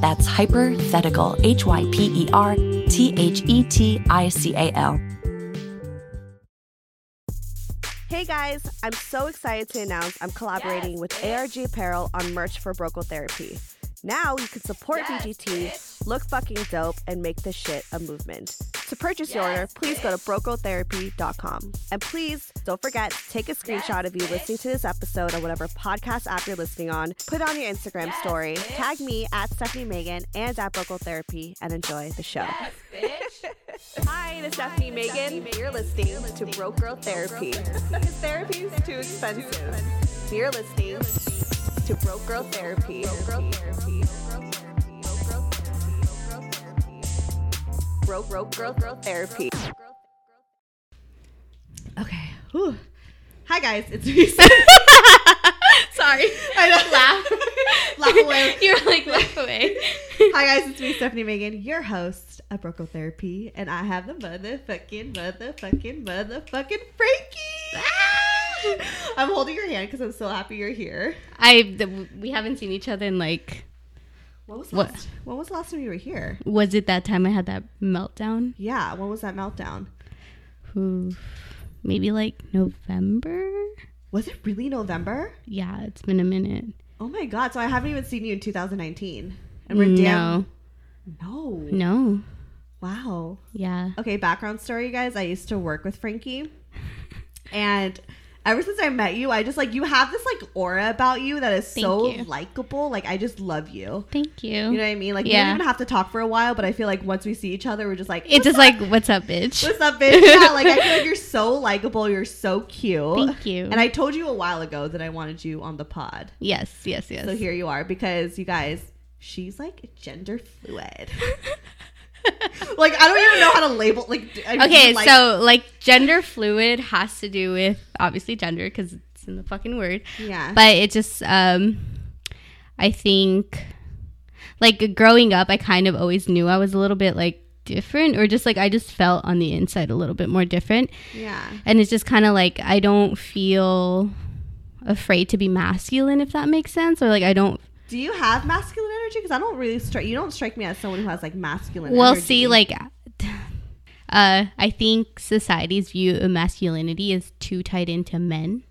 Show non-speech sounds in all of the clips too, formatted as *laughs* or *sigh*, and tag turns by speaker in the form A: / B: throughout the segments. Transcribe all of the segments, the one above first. A: That's hypothetical, H Y P E R T H E T I C A L.
B: Hey guys, I'm so excited to announce I'm collaborating
C: Yes,
B: with
C: bitch.
B: ARG Apparel on merch for Brocal Therapy. Now you can support
C: Yes,
B: BGT,
C: bitch.
B: look fucking dope, and make this shit a movement. To purchase your
C: Yes,
B: order, please go to brocotherapy.com. And please don't forget to take a screenshot of you
C: bitch.
B: listening to this episode on whatever podcast app you're listening on, put it on your Instagram
C: Yes,
B: story,
C: bitch.
B: tag me at Stephanie Megan and at Brocal Therapy, and enjoy the show. Hi, this is Stephanie Megan. You're listening to Broke Girl Therapy. Therapy is too expensive. You're listening to Broke Girl Therapy. Broke Broke Girl Girl Therapy.
D: Okay.
B: Hi guys, it's me. *laughs*
D: *laughs* Sorry.
B: I don't *laughs* laugh. laugh *laughs* away.
D: You're like laugh away.
B: Hi guys, it's me, Stephanie Megan, your host of Broke Girl Therapy, and I have the motherfucking, motherfucking, motherfucking Frankie. I'm holding your hand because I'm so happy you're here.
D: *laughs* I the, we haven't seen each other in like
B: What was
D: What?
B: last, when was the last time you were here?
D: was it that time I had that meltdown?
B: Yeah, when was that meltdown?
D: Oof. Maybe like November.
B: Was it really November?
D: Yeah, it's been a minute.
B: Oh my god, so I haven't even seen you in 2019. And we're damn Mm, No.
D: No, no,
B: Wow.
D: yeah.
B: Okay, background story, you guys. I used to work with Frankie. And ever since I met you, I just like you have this like aura about you that is
D: Thank
B: so
D: you.
B: likable. Like I just love you.
D: Thank you.
B: You know what I mean? Like we
D: Yeah.
B: don't even have to talk for a while, but I feel like once we see each other, we're just like
D: it's just like, what's up, bitch?
B: What's up, bitch? Yeah, like I feel like you're so likable. You're so cute.
D: Thank you.
B: And I told you a while ago that I wanted you on the pod.
D: yes, yes, yes.
B: So here you are because you guys, she's like gender
D: *laughs*
B: fluid. like I don't even know how to label. Like I really
D: okay,
B: like-
D: so like gender fluid has to do with obviously gender because it's in the fucking word.
B: yeah,
D: but it just um i think like growing up i kind of always knew i was a little bit like different or just like i just felt on the inside a little bit more different
B: yeah,
D: and it's just kind of like i don't feel afraid to be masculine if that makes sense or like i don't
B: do you have masculine energy? Because I don't really strike. You don't strike me as someone who has like masculine.
D: well
B: energy.
D: see like *laughs* uh i think society's view of masculinity is too tied into men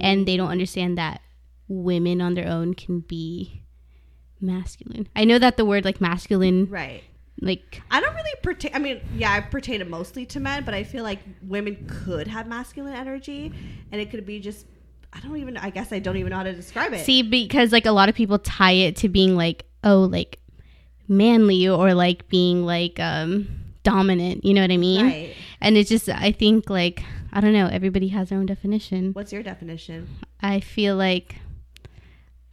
D: and they don't understand that women on their own can be masculine i know that the word like masculine
B: right.
D: like
B: I don't really pertain. I mean, yeah, I pertain it mostly to men, but I feel like women could have masculine energy, and it could be just. I don't even. I guess I don't even know how to describe it.
D: see because like a lot of people tie it to being like oh like manly or like being like um dominant you know what i mean
B: right.
D: and it's just i think like i don't know everybody has their own definition
B: What's your definition?
D: I feel like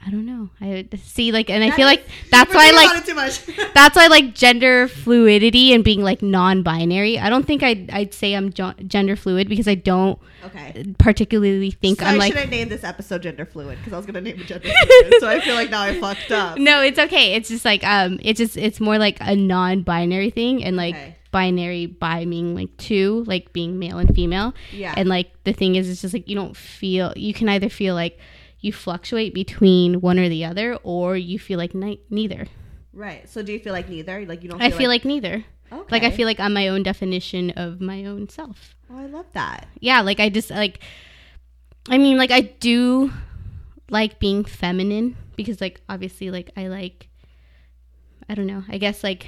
D: I don't know. I see like and I
B: That
D: feel
B: is-
D: like that's
B: We're
D: why
B: thinking about
D: like
B: it too much. *laughs*
D: that's why like gender fluidity and being like non-binary. I don't think I would I'd say I'm jo- gender fluid because I don't
B: Okay.
D: particularly think
B: So
D: I'm
B: I
D: like
B: should have named this episode gender fluid because I was gonna name it gender fluid. so I feel like now I fucked
D: *laughs*
B: up.
D: *laughs* No, it's okay. It's just like um it's just it's more like a non-binary thing and like
B: Okay.
D: binary by meaning like two, like being male and female.
B: Yeah.
D: And like the thing is it's just like you don't feel you can either feel like you fluctuate between one or the other or you feel like ni- neither.
B: Right. So do you feel like neither? Like you don't.
D: I feel like, neither.
B: Okay.
D: Like I feel like I'm my own definition of my own self.
B: Oh, I love that.
D: Yeah, like I just like I mean like I do like being feminine because like obviously like I like I don't know. I guess like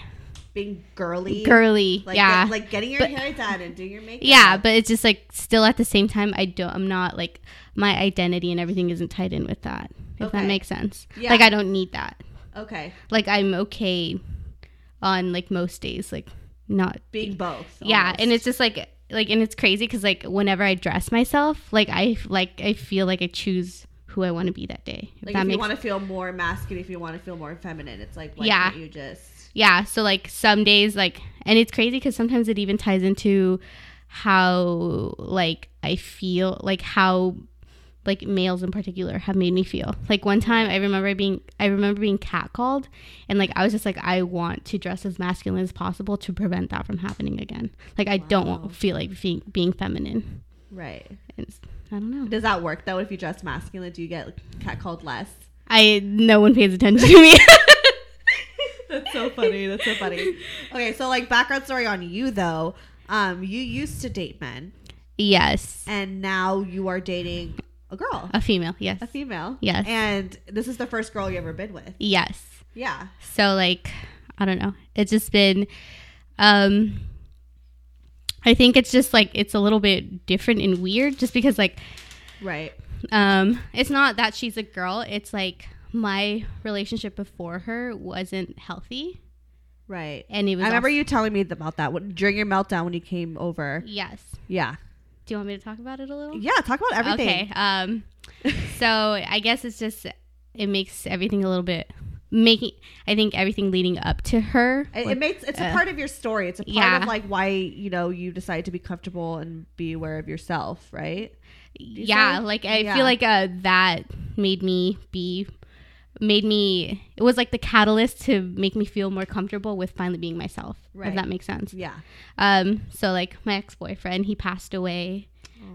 B: Being girly.
D: girly.
B: Like,
D: yeah.
B: get- like getting your
D: But-
B: hair done and doing your makeup.
D: yeah, but it's just like still at the same time I don't I'm not like my identity and everything isn't tied in with that. If
B: Okay.
D: that makes sense.
B: Yeah.
D: Like I don't need that.
B: okay.
D: Like I'm okay on like most days like not
B: Being both.
D: yeah
B: almost.
D: and it's just like like and it's crazy because like whenever i dress myself like i like i feel like i choose who I want to be that day. If
B: Like
D: that
B: if you
D: makes-
B: want to feel more masculine, if you want to feel more feminine, it's like why
D: Yeah.
B: can't you just
D: yeah so like some days like and it's crazy because sometimes it even ties into how like i feel like how like males in particular have made me feel like one time i remember being i remember being catcalled and like i was just like i want to dress as masculine as possible to prevent that from happening again like i don't
B: Wow.
D: want, feel like being, being feminine
B: right?
D: it's, i don't know
B: Does that work though? If you dress masculine, do you get like, catcalled less?
D: i no one pays attention to me
B: *laughs*
D: *laughs*
B: That's so funny. That's so funny. *laughs* Okay, so like background story on you though. Um, you used to date men,
D: yes
B: and now you are dating a girl,
D: a female yes
B: a female.
D: Yes.
B: and this is the first girl you ever been with.
D: yes
B: Yeah,
D: So like, I don't know. It's just been um I think it's just like it's a little bit different and weird just because like
B: right.
D: um it's not that she's a girl, it's like my relationship before her wasn't healthy
B: Right.
D: and it was
B: I remember
D: also-
B: you telling me about that when, during your meltdown when you came over.
D: Yes.
B: Yeah.
D: Do you want me to talk about it a little?
B: Yeah, talk about everything.
D: Okay. Um *laughs* so I guess it's just it makes everything a little bit making I think everything leading up to her
B: It, it makes it's a part of your story. It's a part
D: uh, yeah.
B: of like why you know you decide to be comfortable and be aware of yourself, right? you
D: yeah
B: say?
D: like i
B: Yeah.
D: feel like uh, that made me be made me it was like the catalyst to make me feel more comfortable with finally being myself
B: Right.
D: if that makes sense
B: Yeah.
D: um so like my ex-boyfriend he passed away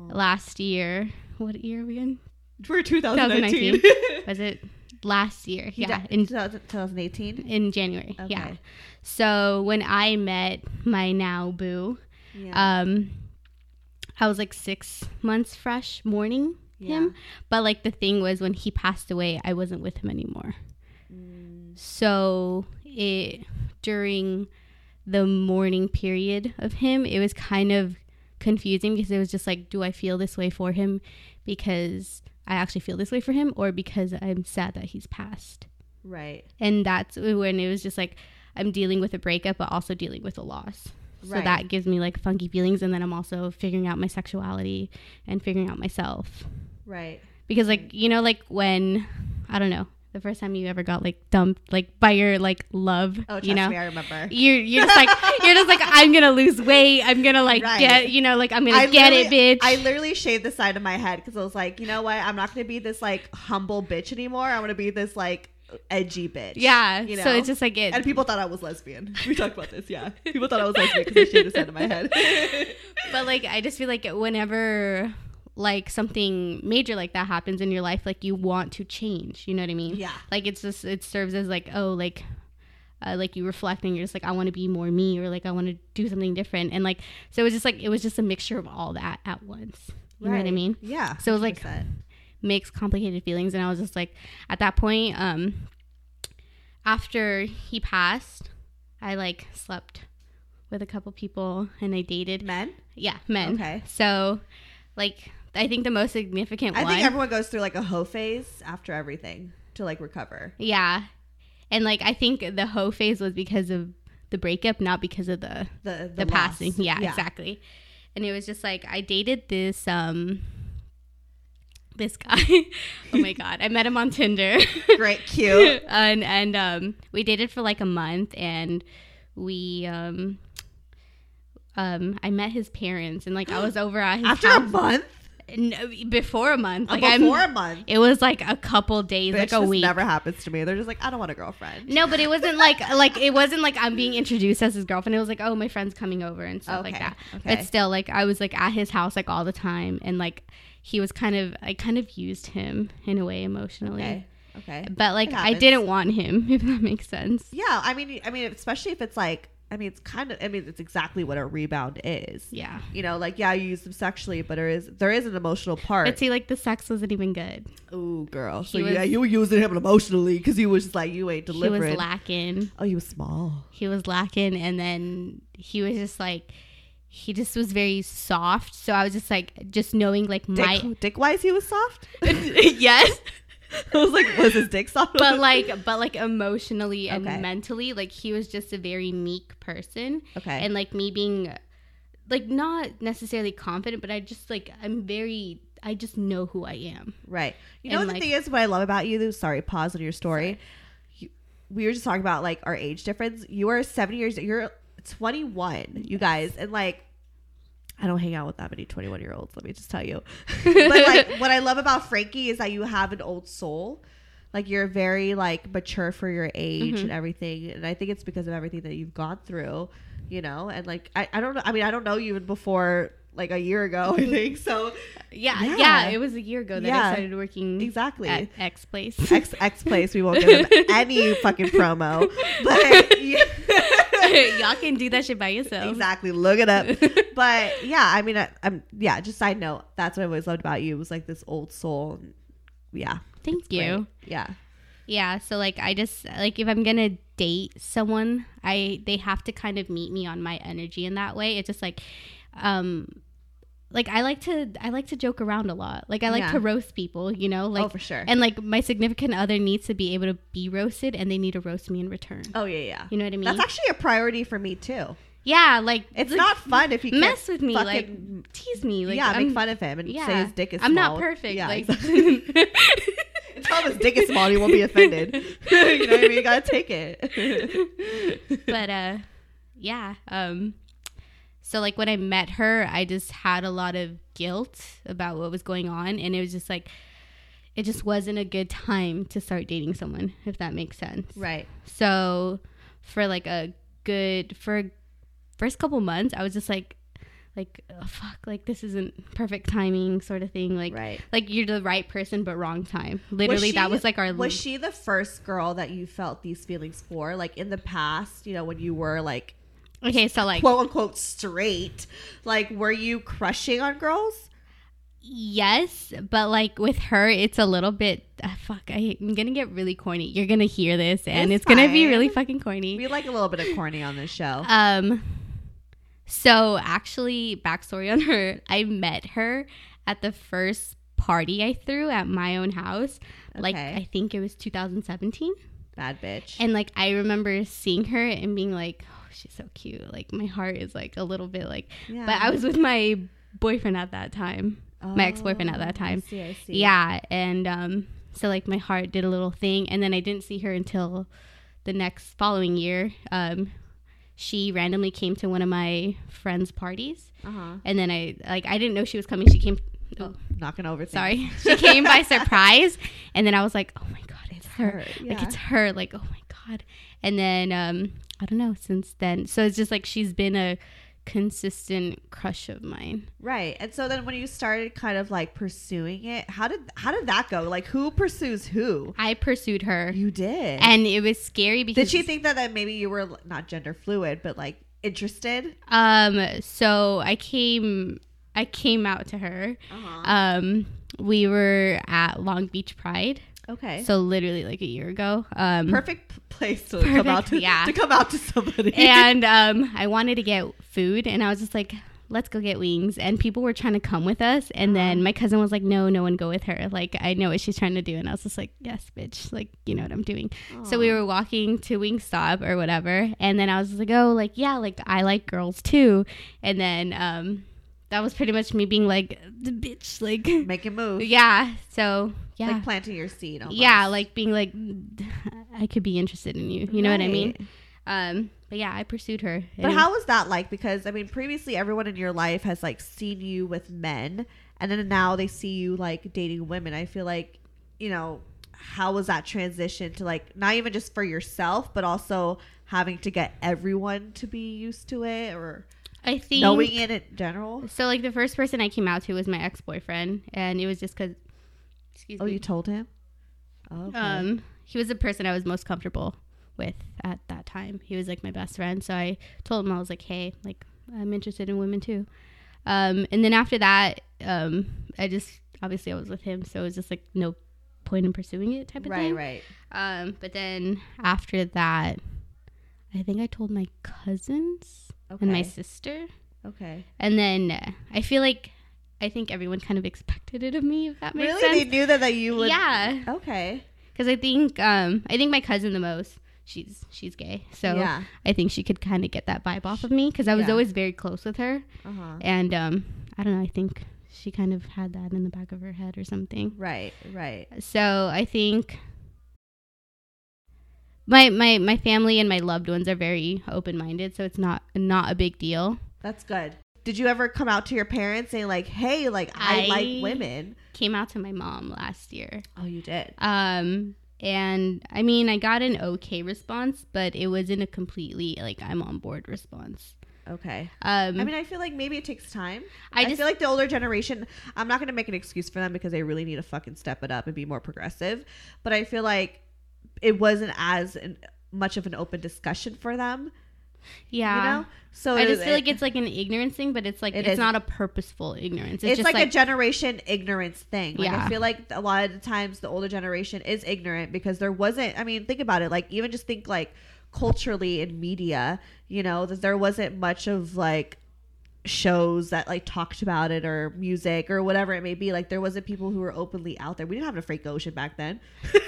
D: last year what year are we in
B: For
D: 2019
B: 2019.
D: was it last year
B: *laughs* He
D: yeah
B: died in
D: in
B: 2018.
D: in january yeah
B: Okay.
D: so when i met my now boo
B: Yeah.
D: um i was like six months fresh mourning him but like the thing was when he passed away i wasn't with him anymore
B: Mm,
D: so it during the mourning period of him it was kind of confusing because it was just like do i feel this way for him because i actually feel this way for him or because i'm sad that he's passed
B: right.
D: and that's when it was just like I'm dealing with a breakup, but also dealing with a loss. So
B: Right.
D: that gives me like funky feelings, and then I'm also figuring out my sexuality and figuring out myself
B: Right.
D: because like you know like when I don't know the first time you ever got like dumped like by your like love,
B: Oh, trust
D: you know.
B: me, I remember.
D: You're, you're
B: *laughs*
D: just like you're just like I'm gonna lose weight. I'm gonna like
B: Right.
D: get you know like I'm gonna get
B: literally-
D: it, bitch.
B: I literally shaved the side of my head because I was like, you know what? I'm not going to be this like humble bitch anymore. I want to be this like edgy bitch.
D: yeah.
B: You know?
D: So it's just like it.
B: and people thought I was lesbian. *laughs* We talked about this. Yeah, people thought I was lesbian because I shaved the side of my
D: *laughs*
B: head.
D: but like i just feel like whenever like something major like that happens in your life like you want to change you know what i mean
B: Yeah.
D: like it's just it serves as like oh like uh, like you reflect and you're just like i want to be more me or like i want to do something different and like so it was just like it was just a mixture of all that at once you know what i
B: Right.
D: mean
B: Yeah.
D: So it was like-
B: 100%.
D: makes complicated feelings and i was just like at that point um after he passed i like slept with a couple people and i dated
B: men.
D: yeah, men.
B: Okay.
D: So, like, I think the most significant
B: I
D: one.
B: think everyone goes through like a hoe phase after everything to like recover.
D: yeah, and like I think the hoe phase was because of the breakup, not because of the
B: The
D: the,
B: the, loss.
D: passing. Yeah, exactly. And it was just like I dated this um this guy. *laughs* oh my god, I met him on Tinder. *laughs*
B: Great, cute.
D: and and um we dated for like a month and we um um I met his parents and like I was over at his
B: *gasps* after a
D: house
B: month,
D: No, before a month. Like I'm-
B: before a month,
D: It was like a couple days,
B: bitch,
D: like a
B: this
D: week.
B: never happens to me. They're just like, I don't want a girlfriend.
D: *laughs* no, but it wasn't like like it wasn't like I'm being introduced as his girlfriend. It was like, oh, my friend's coming over and stuff like
B: Okay,
D: that.
B: okay.
D: But still, like I was like at his house like all the time, and like he was kind of I kind of used him in a way emotionally,
B: Okay, okay.
D: but like
B: It
D: I
B: happens.
D: didn't want him. *laughs* If that makes sense.
B: Yeah, I mean, I mean, especially if it's like, I mean, it's kind of, I mean, it's exactly what a rebound is.
D: Yeah.
B: You know, like yeah, you use them sexually, but there is there is an emotional part.
D: But see, like the sex wasn't even good.
B: Ooh, girl. So
D: He
B: yeah,
D: was-
B: you were using him emotionally because he was just like you ain't
D: He
B: delivering.
D: was lacking.
B: oh, he was small.
D: he was lacking and then he was just like he just was very soft so i was just like just knowing like
B: Dick,
D: my
B: dick wise, he was soft. *laughs*
D: *laughs* yes
B: I was like, was his dick soft? *laughs*
D: but like but like emotionally and
B: Okay.
D: mentally like he was just a very meek person
B: Okay.
D: and like me being like not necessarily confident but i just like i'm very I just know who I am.
B: Right. You know
D: And,
B: what the
D: like-
B: thing is what I love about you. Sorry, pause on your story. You, we were just talking about like our age difference. You are seven years. You're 21, you guys, and like. I don't hang out with that many 21 year olds, let me just tell you. *laughs* but like what I love about Frankie is that you have an old soul. Like you're very like mature for your age
D: Mm-hmm.
B: and everything. And I think it's because of everything that you've gone through, you know? And like I, I don't know I mean, I don't know you even before like a year ago, *laughs* I think. So
D: Yeah,
B: Yeah.
D: yeah. it was a year ago that
B: Yeah.
D: I started working
B: Exactly.
D: at X place.
B: X X place. We won't give them any fucking promo.
D: *laughs*
B: But yeah,
D: *laughs* Y'all can do that shit by yourself.
B: exactly, look
D: *laughs*
B: it up. But yeah, I mean, I, I'm yeah. Just side note, that's what I always loved about you was like this old soul. Yeah,
D: Thank you.
B: right. yeah,
D: Yeah, so like I just like if I'm gonna date someone, I they have to kind of meet me on my energy in that way. It's just like, um, like I like to I like to joke around a lot. Like I like
B: Yeah.
D: to roast people, you know, like
B: oh for sure.
D: and like my significant other needs to be able to be roasted, and they need to roast me in return.
B: oh yeah, yeah.
D: You know what I mean?
B: That's actually a priority for me too.
D: yeah, like
B: It's
D: like,
B: not fun if you can't
D: mess with me,
B: fucking-
D: like tease me, like
B: yeah,
D: I'm,
B: make fun of him and
D: yeah,
B: say his dick is.
D: I'm
B: small.
D: not perfect,
B: Yeah, *laughs*
D: like.
B: exactly.
D: *laughs*
B: tell him his dick is small. and He won't be offended. *laughs* you know what I mean? You gotta take
D: *laughs*
B: it.
D: but uh yeah um so like when i met her i just had a lot of guilt about what was going on and it was just like it just wasn't a good time to start dating someone if that makes sense
B: right.
D: so for like a good for first couple months i was just like like oh, fuck like this isn't perfect timing sort of thing like
B: Right.
D: like you're the right person but wrong time literally
B: she-
D: that was like our
B: was she the first girl that you felt these feelings for like in the past you know when you were like
D: okay so like
B: quote unquote straight like were you crushing on girls
D: Yes, but like with her, it's a little bit. Uh, fuck, I, I'm gonna get really corny. You're gonna hear this, and
B: It's
D: it's, gonna be
B: fine.
D: really fucking corny.
B: we like a little bit of corny on this show
D: Um, so actually, backstory on her: I met her at the first party I threw at my own house. Like
B: Okay.
D: I think it was 2017,
B: bad bitch
D: and like I remember seeing her and being like, "Oh, she's so cute." Like my heart is like a little bit like,
B: Yeah.
D: but I was with my boyfriend at that time, my ex-boyfriend at
B: Oh, I
D: that time.
B: see, I see.
D: Yeah, and um, so like my heart did a little thing, and then I didn't see her until the next following year. Um, she randomly came to one of my friends' parties,
B: uh-huh
D: and then I like I didn't know she was coming. She came. Oh,
B: knocking over things.
D: sorry, she came
B: *laughs*
D: by surprise, and then I was like, oh my god, it's *laughs* her!
B: her,
D: Like
B: yeah.
D: it's her! Like oh my god! And then um, I don't know. Since then, so it's just like she's been a consistent crush of mine.
B: right and so then when you started kind of like pursuing it how did how did that go like who pursues who
D: I pursued her.
B: you did
D: And it was scary
B: did
D: because
B: she think that, that maybe you were not gender fluid but like interested
D: Um, so I came, I came out to her.
B: uh-huh.
D: Um, we were at Long Beach Pride,
B: okay
D: so literally like a year ago. Um,
B: perfect p- place to come out
D: Perfect,
B: to,
D: yeah.
B: to come out to somebody.
D: *laughs* and um, I wanted to get food, and I was just like, "Let's go get wings." And people were trying to come with us, and then my cousin was like, "No, no one go with her. Like I know what she's trying to do," and I was just like, "Yes, bitch. Like you know what I'm doing." So we were walking to Wingstop or whatever, and then I was just like, "Oh, like yeah, like I like girls too," and then um, that was pretty much me being like, "The bitch," like
B: *laughs* *laughs*
D: *laughs*
B: make a move.
D: yeah. So yeah.
B: Like planting your seed. Almost.
D: yeah, like being like, *laughs* I could be interested in you. You know what I mean?
B: Right.
D: Um, but yeah, I pursued her.
B: But
D: And-
B: how was that like? Because I mean, previously everyone in your life has like seen you with men, and then now they see you like dating women. I feel like, you know, how was that transition to like not even just for yourself, but also having to get everyone to be used to it or
D: I think
B: knowing it in general?
D: so. Like the first person I came out to was my ex boyfriend, and it was just because, excuse
B: Oh,
D: me,
B: you told him. Oh, Okay.
D: um, he was the person I was most comfortable with at that time. He was like my best friend, so I told him I was like, hey, like I'm interested in women too. Um, and then after that, um, I just obviously I was with him, so it was just like no point in pursuing it type of
B: right,
D: thing.
B: right.
D: Um, but then after that, I think I told my cousins
B: Okay.
D: and my sister.
B: okay.
D: And then uh, I feel like I think everyone kind of expected it of me, if that makes
B: Really,
D: sense.
B: they knew that that you would.
D: yeah,
B: Okay.
D: because I think um, I think my cousin the most. She's she's gay, so
B: Yeah.
D: I think she could kind of get that vibe off of me because I was
B: Yeah.
D: always very close with her,
B: Uh huh.
D: and um, I don't know. I think she kind of had that in the back of her head or something.
B: Right, right.
D: So I think my my my family and my loved ones are very open minded, so it's not not a big deal.
B: That's good. Did you ever come out to your parents saying like, "Hey, like I,
D: I-
B: like women"?
D: Came out to my mom last year.
B: Oh, you did.
D: Um and I mean I got an okay response, but it wasn't a completely like I'm on board response.
B: Okay.
D: Um
B: I mean, I feel like maybe it takes time.
D: I
B: I,
D: just-
B: feel like the older generation. I'm not going to make an excuse for them because they really need to fucking step it up and be more progressive. But I feel like it wasn't as an, much of an open discussion for them.
D: yeah.
B: You know. So
D: I
B: it-
D: just feel like
B: it-
D: it's like an ignorance thing, but it's like
B: It
D: it's
B: is.
D: not a purposeful ignorance. It's,
B: it's,
D: just
B: like,
D: like,
B: a generation ignorance thing. Like I
D: Yeah.
B: feel like a lot of the times the older generation is ignorant because there wasn't. I mean, think about it. Like even just think like culturally in media, you know, that there wasn't much of like shows that like talked about it or music or whatever it may be. Like there wasn't people who were openly out there. We didn't have a Frank Ocean back then.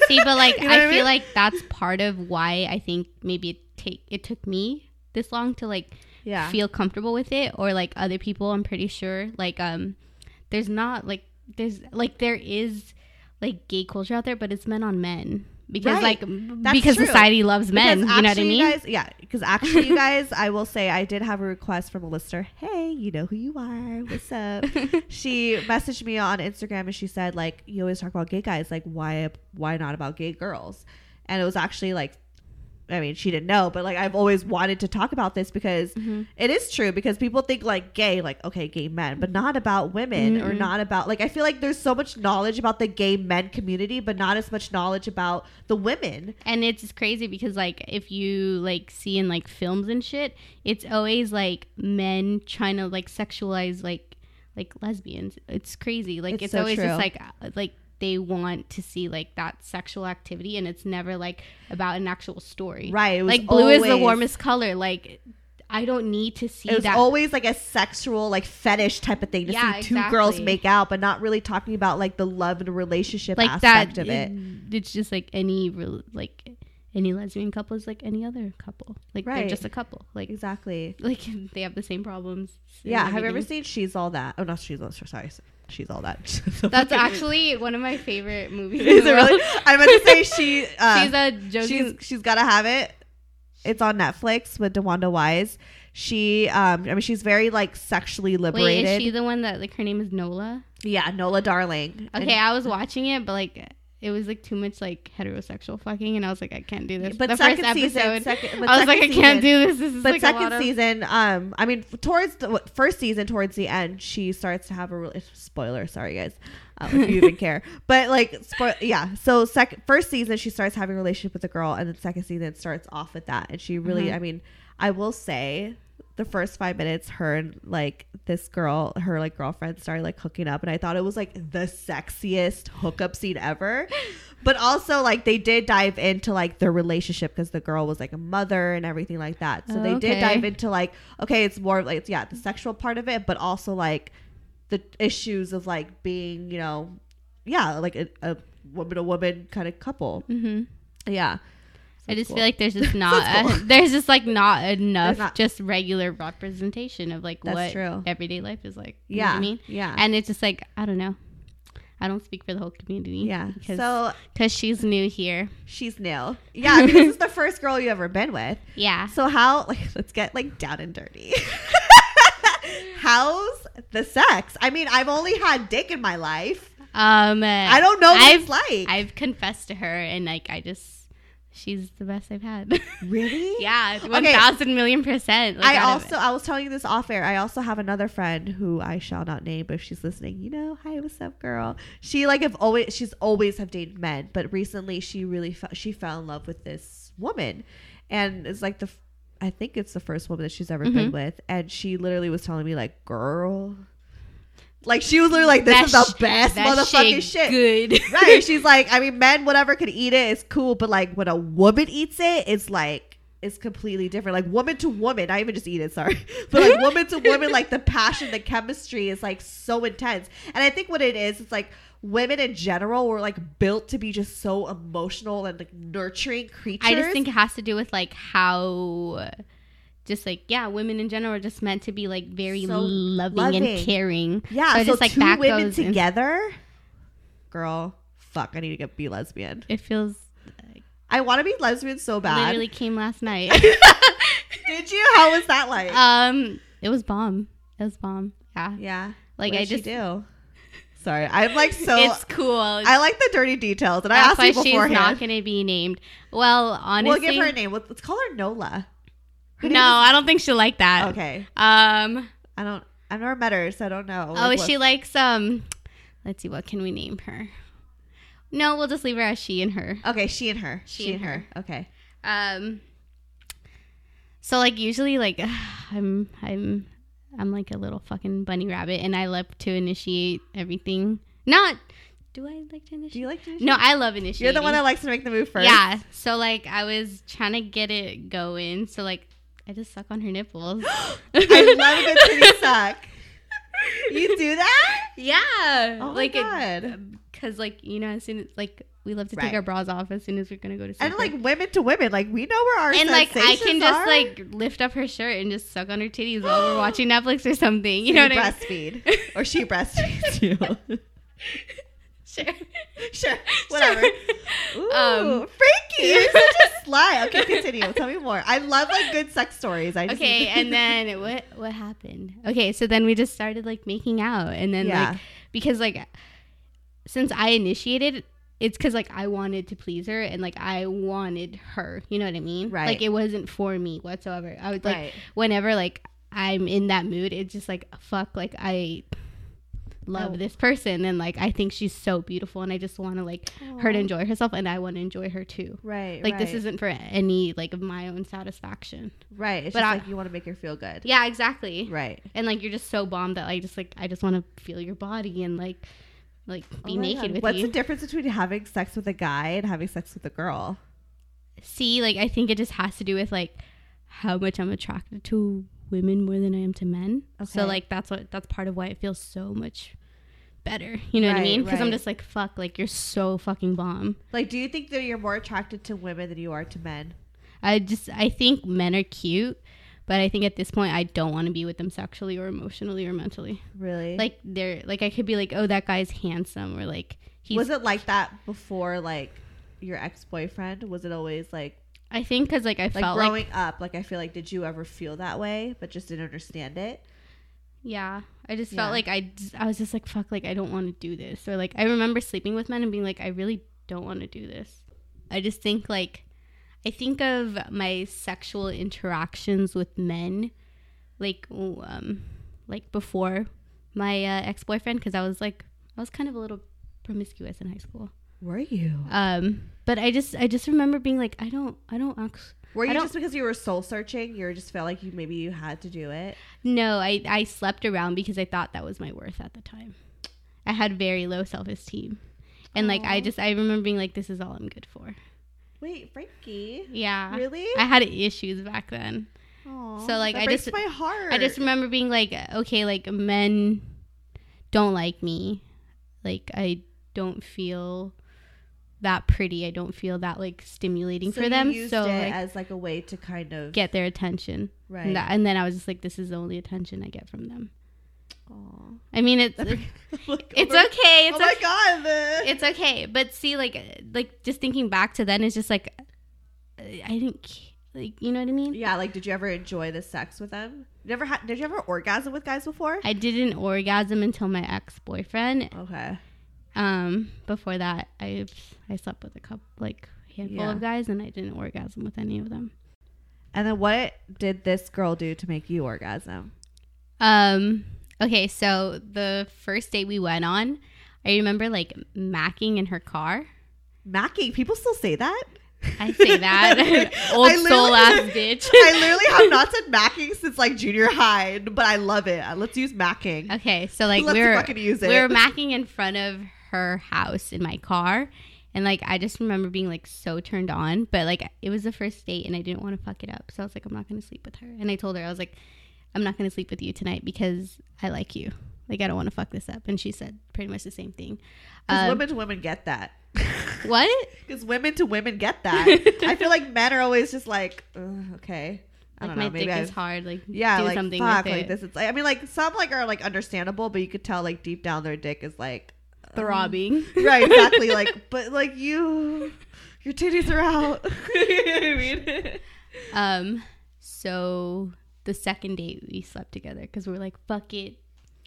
D: see, but
B: *laughs*
D: like
B: You know
D: I
B: what I
D: feel
B: mean?
D: like that's part of why I think maybe it take it took me this long to like
B: Yeah.
D: feel comfortable with it or like other people i'm pretty sure like um there's not like there's like there is like gay culture out there but it's men on men because
B: Right.
D: like m-
B: That's
D: because
B: true.
D: society loves men
B: Because
D: you know what i
B: actually,
D: mean
B: you guys, yeah, because actually,
D: *laughs*
B: you guys, I will say I did have a request from a listener. Hey, you know who you are. What's
D: *laughs*
B: up? she messaged me on Instagram and she said, like, you always talk about gay guys. Like, why, why not about gay girls? And it was actually like, I mean, she didn't know, but like, I've always wanted to talk about this because
D: Mm-hmm.
B: it is true because people think like gay, like, okay, gay men, but not about women or not about, like, I feel like there's so much knowledge about the gay men community, but not as much knowledge about the women.
D: and it's crazy because like if you like see in like films and shit it's always like men trying to like sexualize like like lesbians it's crazy like
B: It's
D: it's,
B: so
D: always
B: true.
D: just like uh, like they want to see like that sexual activity and it's never like about an actual story
B: Right, it was
D: like blue is the
B: always-
D: warmest color like i don't need to see
B: It was
D: that
B: always like a sexual, like fetish type of thing to
D: Yeah,
B: see two girls
D: exactly.
B: make out, but not really talking about like the love and relationship
D: like
B: aspect
D: that
B: of it.
D: it- it's just like any rel- like any lesbian couple is like any other couple like
B: Right.
D: they're just a couple like *laughs*
B: Exactly.
D: like they have the same problems. and
B: Yeah. Have you ever
D: everything.
B: seen She's All That? Oh, not She's All. Sorry, She's All That. *laughs*
D: That's actually one of my favorite movies.
B: Is
D: in the
B: it
D: world.
B: really? *laughs* I meant to say she. Uh,
D: *laughs* She's a Josie.
B: she's she's gotta have it. It's on Netflix with DeWanda Wise. She, um, I mean, she's very like sexually
D: wait,
B: liberated.
D: is she the one that like her name is Nola?
B: yeah, Nola Darling. And-
D: Okay, I was watching it, but like it was like too much like heterosexual fucking, and I was like, I can't do this.
B: But
D: the
B: second
D: first
B: season-
D: episode,
B: second- but
D: I was like, I
B: second
D: can't
B: season-
D: do this. This is
B: but
D: like a lot
B: second
D: of-
B: season um i mean f- towards the w- first season towards the end she starts to have a real spoiler sorry guys um, if you
D: *laughs*
B: even care but like spoil yeah so second first season she starts having a relationship with a girl and then second season it starts off with that and she really
D: Mm-hmm.
B: i mean i will say the first five minutes her and like this girl her like girlfriend started like hooking up and i thought it was like the sexiest hookup scene ever but also like they did dive into like their relationship because the girl was like a mother and everything like that so they did
D: Okay.
B: dive into like okay it's more of, like yeah the sexual part of it but also like the issues of like being you know yeah like a, a woman to woman kind of couple
D: Mhm.
B: yeah
D: I just
B: cool.
D: feel like there's
B: *laughs*
D: just not a- *laughs* there's just like not enough
B: not-
D: just regular representation of like
B: That's
D: what
B: true.
D: everyday life is like. You know what
B: yeah
D: I mean,
B: yeah
D: and it's just like I don't know. I don't speak for the whole community.
B: yeah
D: because
B: so
D: because she's new here.
B: she's
D: *laughs*
B: new yeah I mean, this is the first girl you ever been with
D: Yeah.
B: so how like *laughs* let's get like down and dirty *laughs* how's the sex i mean i've only had dick in my life
D: Um,
B: i don't know what
D: I've
B: it's like
D: I've confessed to her, and like I just, she's the best I've had. *laughs*
B: really
D: yeah, one thousand million percent. Like,
B: I
D: out of
B: also I was telling you this off air. I also have another friend who I shall not name, but if she's listening, you know, hi, what's up, girl? She like have always she's always have dated men, but recently she really fe- she fell in love with this woman, and it's like the f- I think it's the first woman that she's ever
D: Mm-hmm.
B: been with, and she literally was telling me like, girl, like she was literally like, this
D: That
B: is the
D: sh-
B: best
D: that
B: motherfucking shit.
D: Good.
B: Right. *laughs* She's like, I mean, men, whatever could eat it, it's cool. But like when a woman eats it, it's like, it's completely different. Like woman to woman, not even just eat it, sorry. *laughs* But like woman to woman, like the passion, the chemistry is like so intense. And I think what it is, it's like women in general were like built to be just so emotional and like nurturing creatures.
D: I just think it has to do with like how just like yeah, women in general are just meant to be like very
B: So
D: loving,
B: loving.
D: and caring.
B: Yeah, so,
D: it's just like
B: two
D: that
B: women
D: goes in-
B: together. Girl, fuck, I need to get be lesbian.
D: It feels
B: I want to be lesbian so bad.
D: literally came last night.
B: *laughs* Did you? How was that like?
D: um, it was bomb. It was bomb. Yeah,
B: yeah.
D: like
B: What
D: I
B: did she
D: just
B: do. Sorry, I'm
D: *laughs*
B: like so.
D: it's cool.
B: I like the dirty details, and I
D: That's
B: asked
D: why
B: you
D: she's not
B: beforehand.
D: going to be named. Well, honestly,
B: we'll give her a name. Let's, let's call her Nola. Who do you
D: *laughs* no, I don't think she'll like that.
B: think- Okay.
D: Um.
B: I don't. I've never met her, so I don't know.
D: Oh,
B: Like,
D: she
B: what-
D: likes um. Let's see, what can we name her? No, we'll just leave her as she and her.
B: Okay, she and her. She, and
D: and
B: her. Okay.
D: Um. So like usually like *sighs* I'm I'm I'm like a little fucking bunny rabbit, and I love to initiate everything. Not do I like to
B: Do
D: initiate?
B: you like? to-
D: No, I love initiating.
B: You're the one that likes to make the move first.
D: Yeah. So like I was trying to get it going. So like I just suck on her
B: *gasps*
D: *laughs* nipples.
B: *laughs* I love a good titty
D: *laughs*
B: suck. You do that?
D: Yeah.
B: Oh
D: like
B: my
D: it- um,
B: god!
D: Cause like you know, as soon as like we love to
B: Right.
D: take our bras off as soon as we're gonna go to sleep.
B: and
D: *laughs*
B: like women to women, like we know where our
D: and like I can
B: sensations
D: just
B: are.
D: like lift up her shirt and just suck on her titties while we're
B: *gasps*
D: watching Netflix or something. You know what I mean?
B: breastfeed or
D: *laughs*
B: she breastfeeds you.
D: Sure.
B: *laughs* sure, *laughs* whatever. Ooh,
D: Um,
B: Frankie, you're such a slut. Okay, continue. Tell me more. I love like good sex stories. I just
D: *laughs* Okay, and
B: *laughs*
D: then what what happened? Okay, so then we just started like making out, and then
B: Yeah.
D: like because like since I initiated, it's because like I wanted to please her and like I wanted her. You know what I mean?
B: Right.
D: Like it wasn't for me whatsoever. I was like
B: Right.
D: whenever like I'm in that mood, it's just like fuck. Like I love
B: Oh.
D: this person, and like I think she's so beautiful, and I just want to like her to
B: Aw.
D: enjoy herself, and I want to enjoy her too.
B: right,
D: Like this
B: right,
D: isn't for any like of my own satisfaction.
B: right. It's
D: but
B: just
D: I-
B: like you want to make her feel good.
D: Yeah, exactly.
B: Right.
D: And like you're just so bombed that like just like I just want to feel your body and like like be
B: Oh my
D: naked
B: God.
D: with
B: What's
D: you.
B: the difference between having sex with a guy and having sex with a girl?
D: See, like I think it just has to do with like how much I'm attracted to women more than I am to men.
B: Okay.
D: So like that's what that's part of why it feels so much better. You know what I
B: Right,
D: mean? Because
B: right.
D: I'm just like fuck, like you're so fucking bomb.
B: Like, do you think that you're more attracted to women than you are to men?
D: I just I think men are cute, but I think at this point I don't want to be with them sexually or emotionally or mentally.
B: Really?
D: Like they're like I could be like, oh that guy's handsome or like he's
B: was it like that before? Like your ex boyfriend? Was it always like
D: I think because like I
B: like
D: felt like
B: growing up? Like I feel like did you ever feel that way but just didn't understand it?
D: yeah, I just
B: Yeah.
D: felt like I just- I was just like fuck like I don't want to do this or like I remember sleeping with men and being like I really don't want to do this. I just think like I think of my sexual interactions with men like ooh, um like before my uh, ex boyfriend because I was like I was kind of a little promiscuous in high school.
B: Were you?
D: Um, but I just I just remember being like I don't I don't actually.
B: Were
D: I
B: you
D: don't-
B: just because you were soul searching? You were just felt like you maybe you had to do it.
D: No, I, I slept around because I thought that was my worth at the time. I had very low self esteem. And like I just I remember being like, this is all I'm good for.
B: Wait, Frankie,
D: Yeah.
B: really?
D: I had issues back then.
B: Aw,
D: so, like,
B: that
D: I
B: breaks
D: just-
B: my heart.
D: I just remember being like, okay, like men don't like me. Like I don't feel that pretty. I don't feel that like stimulating
B: So
D: for
B: you
D: them.
B: used
D: So
B: it
D: like
B: as like a way to kind of
D: get their attention.
B: right.
D: And, that, and then I was just like, this is the only attention I get from them.
B: Aw.
D: I mean it's
B: That *laughs*
D: it's
B: breaks- *laughs* Look over-
D: okay. *laughs*
B: oh
D: It's okay.
B: my god, the-
D: it's okay but see like uh, like just thinking back to then it's just like uh, i didn't ca- like you know what i mean
B: yeah. Like, did you ever enjoy the sex with them? Never had? Did you ever orgasm with guys before?
D: i didn't orgasm until my ex-boyfriend
B: okay,
D: um before that i i slept with a couple like handful
B: Yeah.
D: of guys and i didn't orgasm with any of them
B: and then what did this girl do to make you orgasm?
D: um okay so the first date we went on i remember like macking in her car
B: Macking. People still say that.
D: i say that *laughs* old
B: *laughs* I literally- *laughs*
D: soul ass bitch *laughs*
B: I literally have not said macking since like junior high, but I love it. Uh, Let's use macking.
D: Okay, so like
B: Let's
D: we were
B: fucking use
D: we
B: it.
D: were macking in front of her house in my car, and like I just remember being like so turned on, but like it was the first date and I didn't want to fuck it up, so I was like I'm not gonna sleep with her, and I told her I was like I'm not gonna sleep with you tonight because I like you, like I don't want to fuck this up, and she said pretty much the same thing.
B: Because
D: Um,
B: women to women get
D: *laughs*
B: that. *laughs*
D: what? *laughs*
B: Because women to women get that. I feel like men are always just like, "Ugh, okay.
D: Like
B: don't
D: my
B: know, maybe
D: dick
B: I-
D: is hard. Like
B: yeah,
D: do
B: like
D: something
B: fuck,
D: with
B: like
D: it.
B: this. It's like I mean, like some like are like understandable, but you could tell like deep down their dick is like *laughs*
D: Um, throbbing.
B: right, exactly. like,
D: *laughs*
B: but like you, your titties are out. you know what I mean?
D: um, so the second date we slept together because we're like fuck it.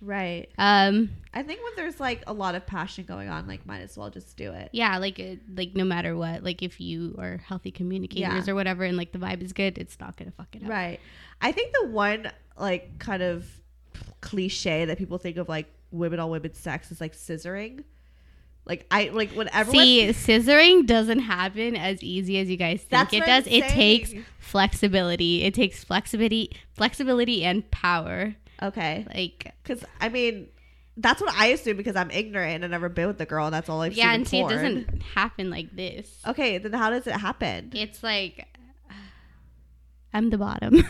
B: Right.
D: Um,
B: I think when there's like a lot of passion going on, like might as well just do it.
D: yeah, like uh, like no matter what, like if you are healthy communicators
B: Yeah.
D: or whatever, and like the vibe is good, it's not gonna fuck it up.
B: Right. I think the one like kind of cliche that people think of like women on women sex is like scissoring. Like I like when everyone
D: See, scissoring doesn't happen as easy as you guys think
B: That's
D: it
B: what
D: does.
B: I'm
D: it takes
B: saying.
D: flexibility. It takes flexibility, flexibility and power.
B: okay,
D: Like
B: because I mean that's what I assume because I'm ignorant and I've never been with a girl and that's all I've
D: yeah,
B: seen.
D: and see,
B: in
D: it
B: porn.
D: doesn't happen like this.
B: Okay, then how does it happen?
D: It's like *sighs* I'm the bottom. *laughs*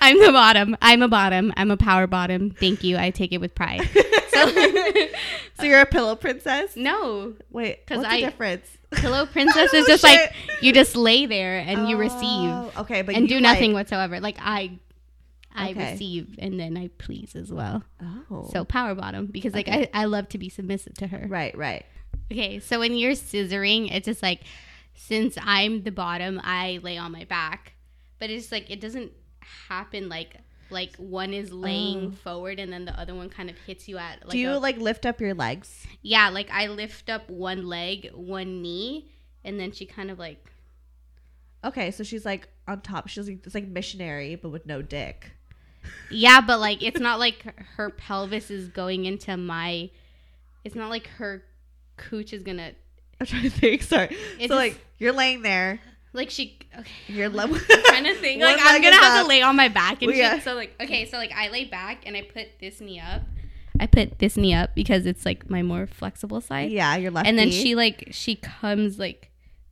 D: I'm the bottom. I'm a bottom. I'm a power bottom. Thank you. I take it with pride. *laughs*
B: *laughs*
D: So *laughs*
B: So you're a pillow princess?
D: no,
B: Wait,
D: 'Cause
B: what's
D: I-
B: the difference?
D: pillow princess is
B: Oh,
D: just
B: shit. *laughs*
D: like you just lay there and you receive
B: Oh, Okay, but
D: and
B: you,
D: do nothing
B: Like,
D: whatsoever. Like I, I
B: Okay.
D: receive and then I please as well.
B: oh,
D: So power bottom because like
B: Okay.
D: I, I love to be submissive to her.
B: right, right.
D: Okay, so when you're scissoring, it's just like since I'm the bottom, I lay on my back. But it's like it doesn't happen like like one is laying
B: Oh.
D: forward and then the other one kind of hits you at like
B: do you
D: a-
B: like lift up your legs?
D: yeah, like I lift up one leg, one knee, and then she kind of like
B: Okay, so she's like on top. She's like, it's like missionary, but with no dick. *laughs*
D: Yeah, but like it's not like her pelvis is going into my it's not like her cooch is gonna
B: I'm trying to think. Sorry.
D: It
B: so like
D: just-
B: you're laying there.
D: like she okay. *laughs*
B: You're le- *laughs*
D: trying to think. Like
B: One
D: I'm
B: leg
D: gonna
B: is
D: have
B: up.
D: to lay on my back and
B: Well, yeah.
D: shit. So like okay, so like I lay back and I put this knee up. I put this knee up because it's like my more flexible side.
B: Yeah, you're left.
D: And then she like she comes like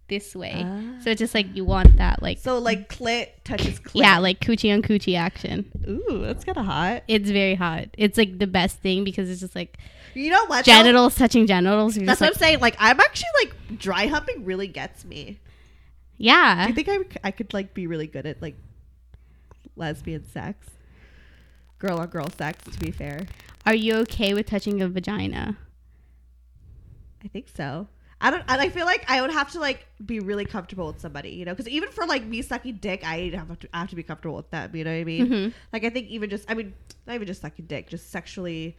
D: this way.
B: Ah.
D: So it's just like you want that like
B: So like clit touches clit.
D: yeah, like coochie on coochie action.
B: Ooh, that's kind of hot.
D: It's very hot. It's like the best thing because it's just like
B: You know what? though?
D: genitals touching genitals. You're
B: That's
D: just
B: what
D: like,
B: I'm saying. Like I'm actually like dry humping really gets me.
D: yeah.
B: Do you think I I could like be really good at like lesbian sex? Girl on girl sex, to be fair.
D: Are you okay with touching a vagina?
B: I think so. I don't. And I feel like I would have to like be really comfortable with somebody, you know, because even for like me sucking dick, I have to I have to be comfortable with them. You know what I mean?
D: Mhm.
B: Like I think even just I mean not even just sucking dick, just sexually,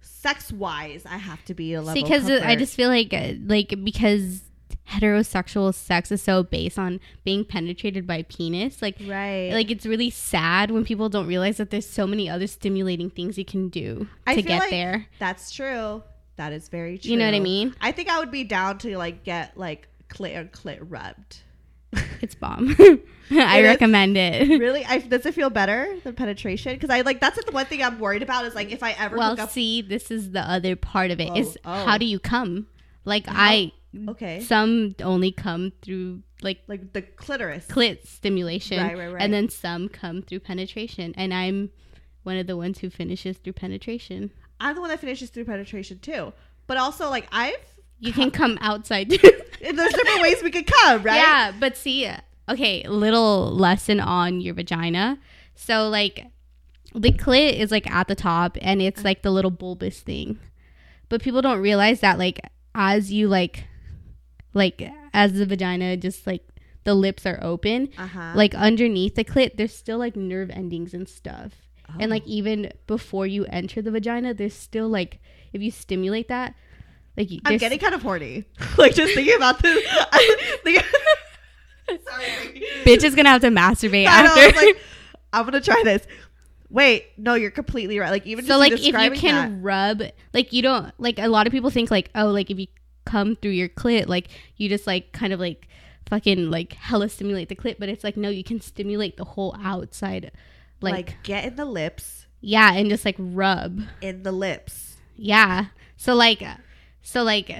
B: sex wise, I have to be a level.
D: See, because I
B: comfort.
D: just feel like uh, like because heterosexual sex is so based on being penetrated by penis, like
B: right
D: like it's really sad when people don't realize that there's so many other stimulating things you can do
B: I
D: to
B: feel
D: get
B: like
D: there.
B: That's true. That is very true.
D: You know what I mean?
B: I think I would be down to like get like clit and clit rubbed.
D: It's bomb. *laughs* I
B: It is-
D: recommend it.
B: really I, does it feel better than penetration because i like that's the one thing i'm worried about is like if i ever
D: *laughs* Well,
B: hook up
D: see, this is the other part of it is
B: Oh, oh.
D: how do you come? Like I
B: okay
D: some only come through like
B: like the clitoris
D: clit stimulation
B: Right, right, right.
D: and then some come through penetration and i'm one of the ones who finishes through penetration
B: i'm the one that finishes through penetration too but also like i've *laughs*
D: you can come outside too.
B: and there's different ways we could come right
D: yeah but see okay little lesson on your vagina so like the clit is like at the top and it's like the little bulbous thing but people don't realize that like as you like like as the vagina just like the lips are open
B: uh-huh
D: like underneath the clit there's still like nerve endings and stuff and
B: Oh.
D: like even before you enter the vagina there's still like if you stimulate that like you
B: i'm
D: there's-
B: getting kind of horny *laughs* like just thinking about this *laughs* I,
D: *laughs*
B: think, sorry
D: *laughs* bitch is gonna have to masturbate
B: I know,
D: after
B: I was like i'm gonna try this wait no you're completely right like even
D: *laughs* so
B: just
D: like if you
B: describing
D: can rub like you don't like a lot of people think like oh like if you come through your clit like you just like kind of like fucking like hella stimulate the clit but it's like no you can stimulate the whole outside
B: that,
D: like,
B: like get in the lips
D: yeah and just like rub
B: in the
D: *laughs*
B: lips
D: yeah so like
B: *laughs*
D: so like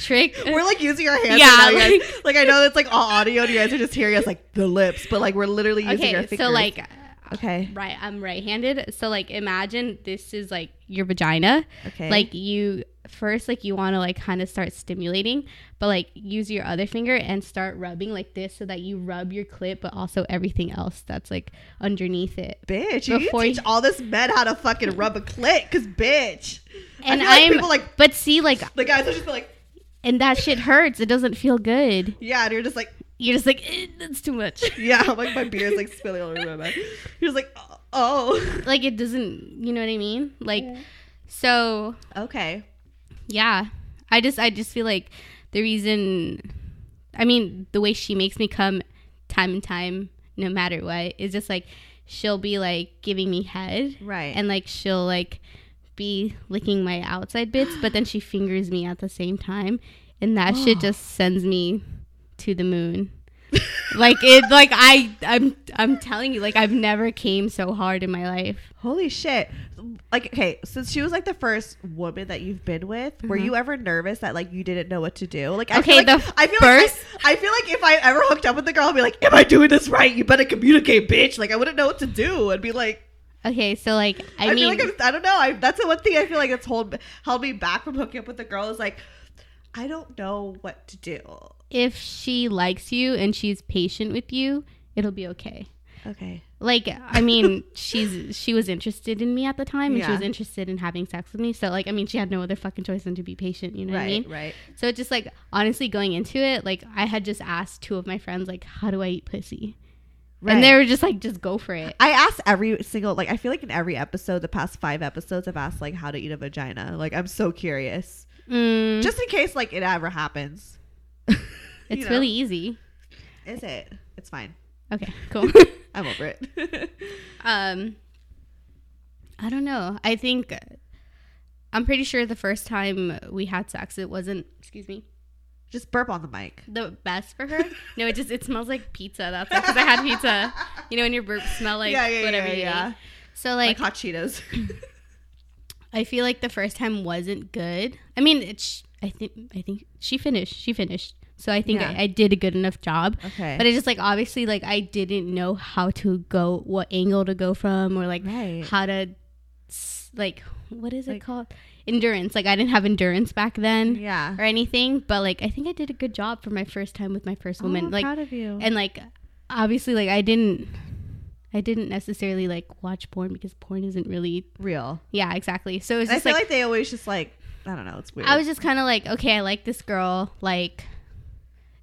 D: trick
B: We're like using our hands. Yeah,
D: Yeah,
B: right now, you
D: like-
B: guys. like I know that's like all audio, and you guys are just hearing us like the lips, but like we're literally using our
D: okay
B: fingers.
D: so like
B: okay,
D: right i'm right-handed so like imagine this is like your vagina.
B: Okay.
D: Like you first like you want to like kind of start stimulating, but like use your other finger and start rubbing like this so that you rub your clit but also everything else that's like underneath it.
B: bitch, you need to
D: Before you-
B: teach all this men how to fucking rub a clit, cause bitch.
D: And
B: I feel like
D: I'm
B: people like
D: but see like
B: the guys are just like,
D: and that shit hurts. It doesn't feel good.
B: yeah, and you're just like,
D: You're just like "Eh, that's too much. *laughs*
B: yeah, *laughs* I'm like my beer is like spilling all over my mouth. You're just like, oh,
D: like it doesn't, you know what I mean? Like so
B: okay.
D: yeah i just i just feel like the reason i mean the way she makes me come time and time no matter what is just like she'll be like giving me head
B: Right.
D: and like she'll like be licking my outside bits
B: *gasps*
D: but then she fingers me at the same time and that shit just sends me to
B: *laughs*
D: the moon like it like i i'm i'm telling you like i've never came so hard in my life
B: Holy shit. Like, okay, since she was like the first woman that you've been with, were you ever nervous that like you didn't know what to do? Like, I feel
D: Mm-hmm. Okay,
B: like,
D: the
B: I feel
D: first-
B: like I, I feel like if I ever hooked up with a girl, I'd be like, "Am I doing this right? You better communicate, bitch!" Like, I wouldn't know what to do. I'd be like,
D: okay so like
B: I,
D: i,
B: feel
D: mean
B: like I'm, I don't know. I, that's the one thing I feel like it's hold held me back from hooking up with a girl is like, I don't know what to do.
D: if she likes you and she's patient with you, it'll be okay.
B: Okay.
D: Like
B: *laughs*
D: I mean, she's she was interested in me at the time and she
B: Yeah.
D: was interested in having sex with me. So like I mean, she had no other fucking choice than to be patient, you know what I
B: Right.
D: mean?
B: Right.
D: So just like honestly going into it, like I had just asked two of my friends like, "How do I eat pussy?"
B: Right.
D: And they were just like, "Just go for it."
B: I asked every single like I feel like in every episode, the past five episodes, I've asked like how to eat a vagina. Like I'm so curious.
D: Mm,
B: just in case like it ever happens. *laughs*
D: it's
B: know.
D: really easy.
B: Is it? It's fine.
D: Okay,
B: *laughs*
D: cool.
B: I'm over it. *laughs*
D: Um, I don't know. I think I'm pretty sure the first time we had sex, it wasn't. Excuse me.
B: just burp on the mic.
D: The best
B: *laughs*
D: for her. No, it just it smells like pizza. That's because I had pizza. You know, when your burps smell like
B: Yeah, yeah,
D: whatever.
B: yeah,
D: you
B: yeah.
D: ate. So
B: Like,
D: like,
B: hot
D: *laughs*
B: Cheetos. *laughs*
D: I feel like the first time wasn't good. I mean, it's. I think I think she finished. She finished. So I think
B: Yeah.
D: I, I did a good enough job.
B: Okay.
D: But it's just like obviously like I didn't know how to go, what angle to go from, or like
B: Right.
D: how to s- like what is it
B: Like-
D: called endurance. Like I didn't have endurance back then
B: yeah.
D: or anything. But like I think I did a good job for my first time with my first woman.
B: I'm
D: like
B: proud of Oh, you.
D: and like obviously like I didn't. I didn't necessarily like watch porn because porn isn't really
B: Real.
D: yeah exactly so it's
B: And I
D: just
B: feel
D: like
B: like, they always just like I don't know. It's weird.
D: I was just kind of like, okay, I like this girl. Like,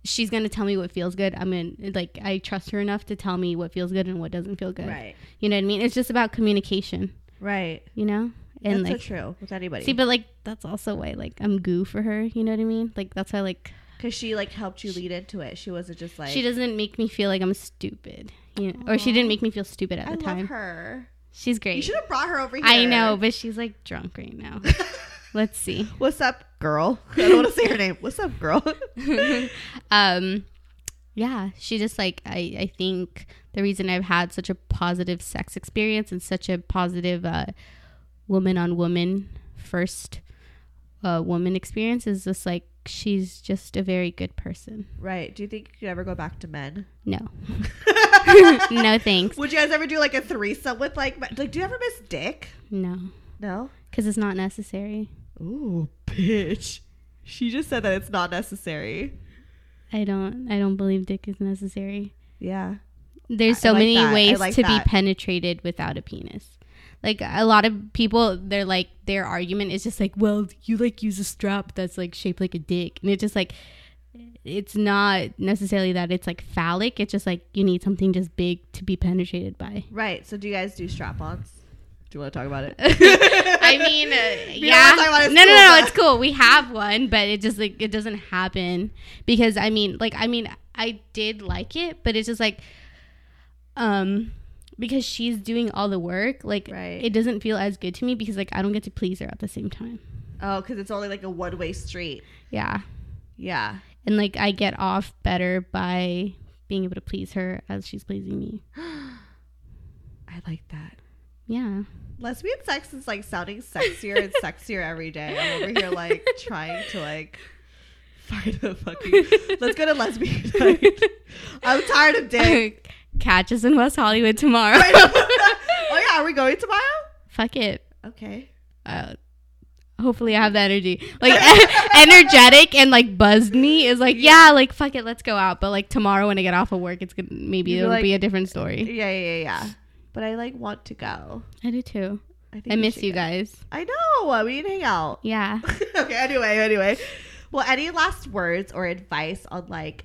D: she's gonna tell me what feels good. I'm gonna like, I trust her enough to tell me what feels good and what doesn't feel good.
B: right.
D: You know what I mean? It's just about communication.
B: Right.
D: You know, and
B: That's
D: like,
B: so true with anybody.
D: see, but like, that's also why like I'm goo for her. You know what I mean? Like, that's why like
B: Because she like helped you lead into it. She wasn't just like
D: she doesn't make me feel like I'm stupid. You know, or she didn't make me feel stupid at
B: I
D: the
B: love
D: time.
B: her.
D: She's
B: You
D: great.
B: should have brought her over here.
D: I know, but she's like drunk
B: *laughs*
D: right now. Let's see.
B: What's up, girl? *laughs* I don't want to say her name. What's up,
D: *laughs*
B: girl?
D: um yeah she just like i i think the reason i've had such a positive sex experience and such a positive uh woman on woman first uh woman experience is just like she's just a very good person
B: right. Do you think you could ever go back to men?
D: no *laughs* no thanks
B: Would you guys ever do like a threesome with like men- like? Do you ever miss dick?
D: no
B: No.
D: because it's not necessary
B: Ooh, bitch. She just said that it's not necessary.
D: i don't i don't believe dick is necessary
B: Yeah.
D: there's so
B: like
D: many
B: that. I
D: ways
B: like
D: to
B: that.
D: be penetrated without a penis like a lot of people they're like their argument is just like well you like use a strap that's like shaped like a dick and it's just like it's not necessarily that it's like phallic it's just like you need something just big to be penetrated by
B: Right. So do you guys do strap-ons? Do you want to talk about it? *laughs*
D: *laughs* i mean uh,
B: wanna
D: yeah
B: talk about it,
D: no
B: it's cool, *laughs*
D: no no no,
B: but-
D: it's cool we have one but it just like it doesn't happen because i mean like i mean i did like it but it's just like um because she's doing all the work like
B: Right.
D: it doesn't feel as good to me because like i don't get to please her at the same time
B: Oh, because it's only like a one-way street.
D: yeah
B: Yeah.
D: and like i get off better by being able to please her as she's pleasing me
B: I like that. *laughs*
D: yeah *laughs*
B: Lesbian sex is like sounding sexier and sexier every day. I'm over here
D: *laughs*
B: like trying to like find a fucking. *laughs* Let's go to lesbian. night. I'm tired of
D: *laughs*
B: dick. *laughs*
D: catch us in west hollywood tomorrow
B: oh yeah, are we going tomorrow?
D: fuck it
B: Okay.
D: uh, hopefully I have the energy. Like *laughs* energetic and like buzzed me is like, yeah, like fuck it, let's go out. But like tomorrow when I get off of work, it's gonna maybe
B: You'd be
D: it'll
B: like-
D: be a different story.
B: Yeah, yeah, yeah. But I like want to go.
D: I do too.
B: I, think
D: I
B: we
D: miss
B: should
D: you
B: go.
D: guys.
B: I know. We need to hang out.
D: Yeah.
B: *laughs* okay. Anyway, anyway. Well, any last words or advice on like?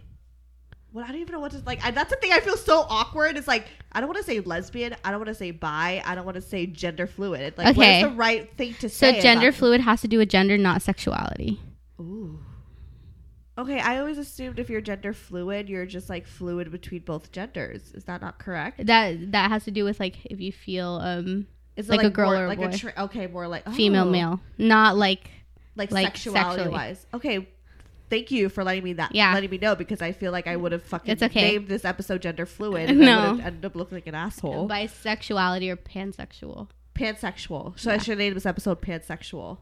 B: Well, I don't even know what to like. I, that's the thing. I feel so awkward. It's like I don't want to say lesbian. I don't want to say bi. I don't want to say gender fluid. It's Like,
D: Okay.
B: what is the right thing to
D: So
B: say?
D: gender
B: about-
D: fluid has to do with gender, not sexuality.
B: Ooh. Okay, I always assumed if you're gender fluid, you're just like fluid between both genders. Is that not correct?
D: That that has to do with like if you feel um
B: Is it
D: Like a girl
B: more,
D: or a
B: like
D: boy.
B: a tra- okay, more like
D: female
B: oh,
D: male, not like
B: like,
D: like
B: sexuality
D: sexually.
B: wise. Okay, thank you for letting me that.
D: Yeah.
B: letting me know because I feel like I would have fucking
D: It's okay.
B: named this episode gender
D: *laughs*
B: fluid and I
D: No.
B: would have ended up looking like an asshole.
D: bisexuality or pansexual.
B: pansexual. So I should name this episode pansexual.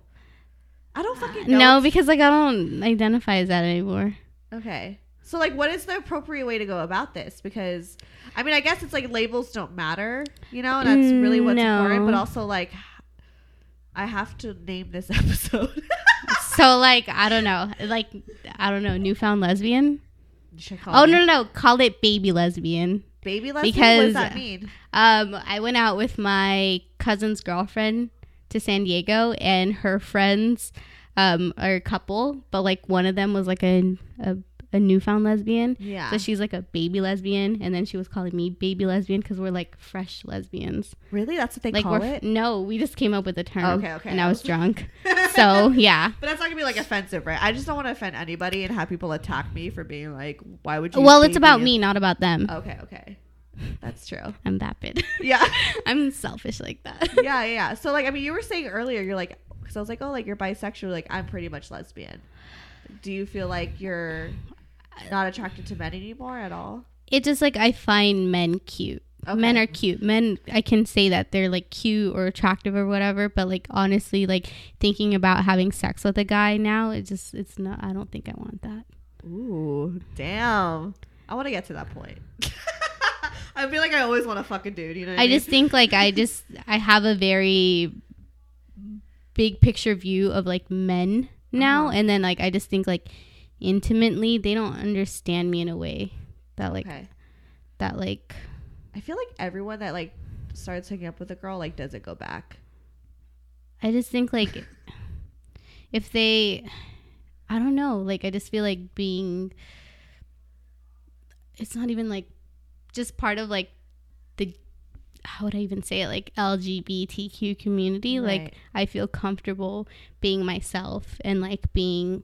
B: I don't fucking
D: *sighs* No,
B: know.
D: because like I don't identify as that anymore.
B: Okay. So like what is the appropriate way to go about this? Because I mean I guess it's like labels don't matter, you know, and that's really what's
D: Mm, No.
B: important. But also like I have to name this *laughs*
D: *laughs*
B: episode.
D: so like I don't know, like I don't know, newfound lesbian.
B: Should I call
D: Oh
B: it
D: no no no, call it baby lesbian.
B: baby lesbian? what does
D: because-
B: that mean?
D: Um, I went out with my cousin's girlfriend to San Diego, and her friends um, are a couple, but like one of them was like a a, a newfound lesbian.
B: Yeah.
D: So she's like a baby lesbian, and then she was calling me baby lesbian because we're like fresh lesbians.
B: Really? That's what they
D: Like
B: call
D: we're
B: it?
D: no, we just came up with the term.
B: Okay, okay. *laughs*
D: And I was drunk, so yeah.
B: But that's not gonna be like offensive, right? I just don't want to offend anybody and have people attack me for being like, why would you? Oh.
D: Well,
B: say
D: it's about
B: being-
D: me, not about them.
B: Okay, okay, that's true.
D: I'm that bit.
B: *laughs*
D: *laughs*
B: Yeah,
D: I'm selfish like that.
B: yeah, yeah, yeah. So like, I mean, you were saying earlier, you're like, because I was like, oh, like you're bisexual. Like I'm pretty much lesbian. Do you feel like you're not attracted to men anymore at all?
D: It's just like I find men cute. Men are cute. Men, I can say that they're like cute or attractive or whatever, but like honestly, like thinking about having sex with a guy now, it just, it's not, I don't think I want that.
B: Ooh, damn. I want to get to that point. *laughs* I feel like I always want to fuck a dude. You know. what
D: I
B: mean?
D: just think like I just, I have a very big picture view of like men now. And then like I just think like intimately, they don't understand me in a way that like,
B: Okay.
D: that like,
B: I feel like everyone that like starts hooking up with a girl like doesn't go back.
D: I just think like if they I don't know, like I just feel like being it's not even like just part of like the how would I even say it like LGBTQ community
B: Right.
D: like I feel comfortable being myself and like being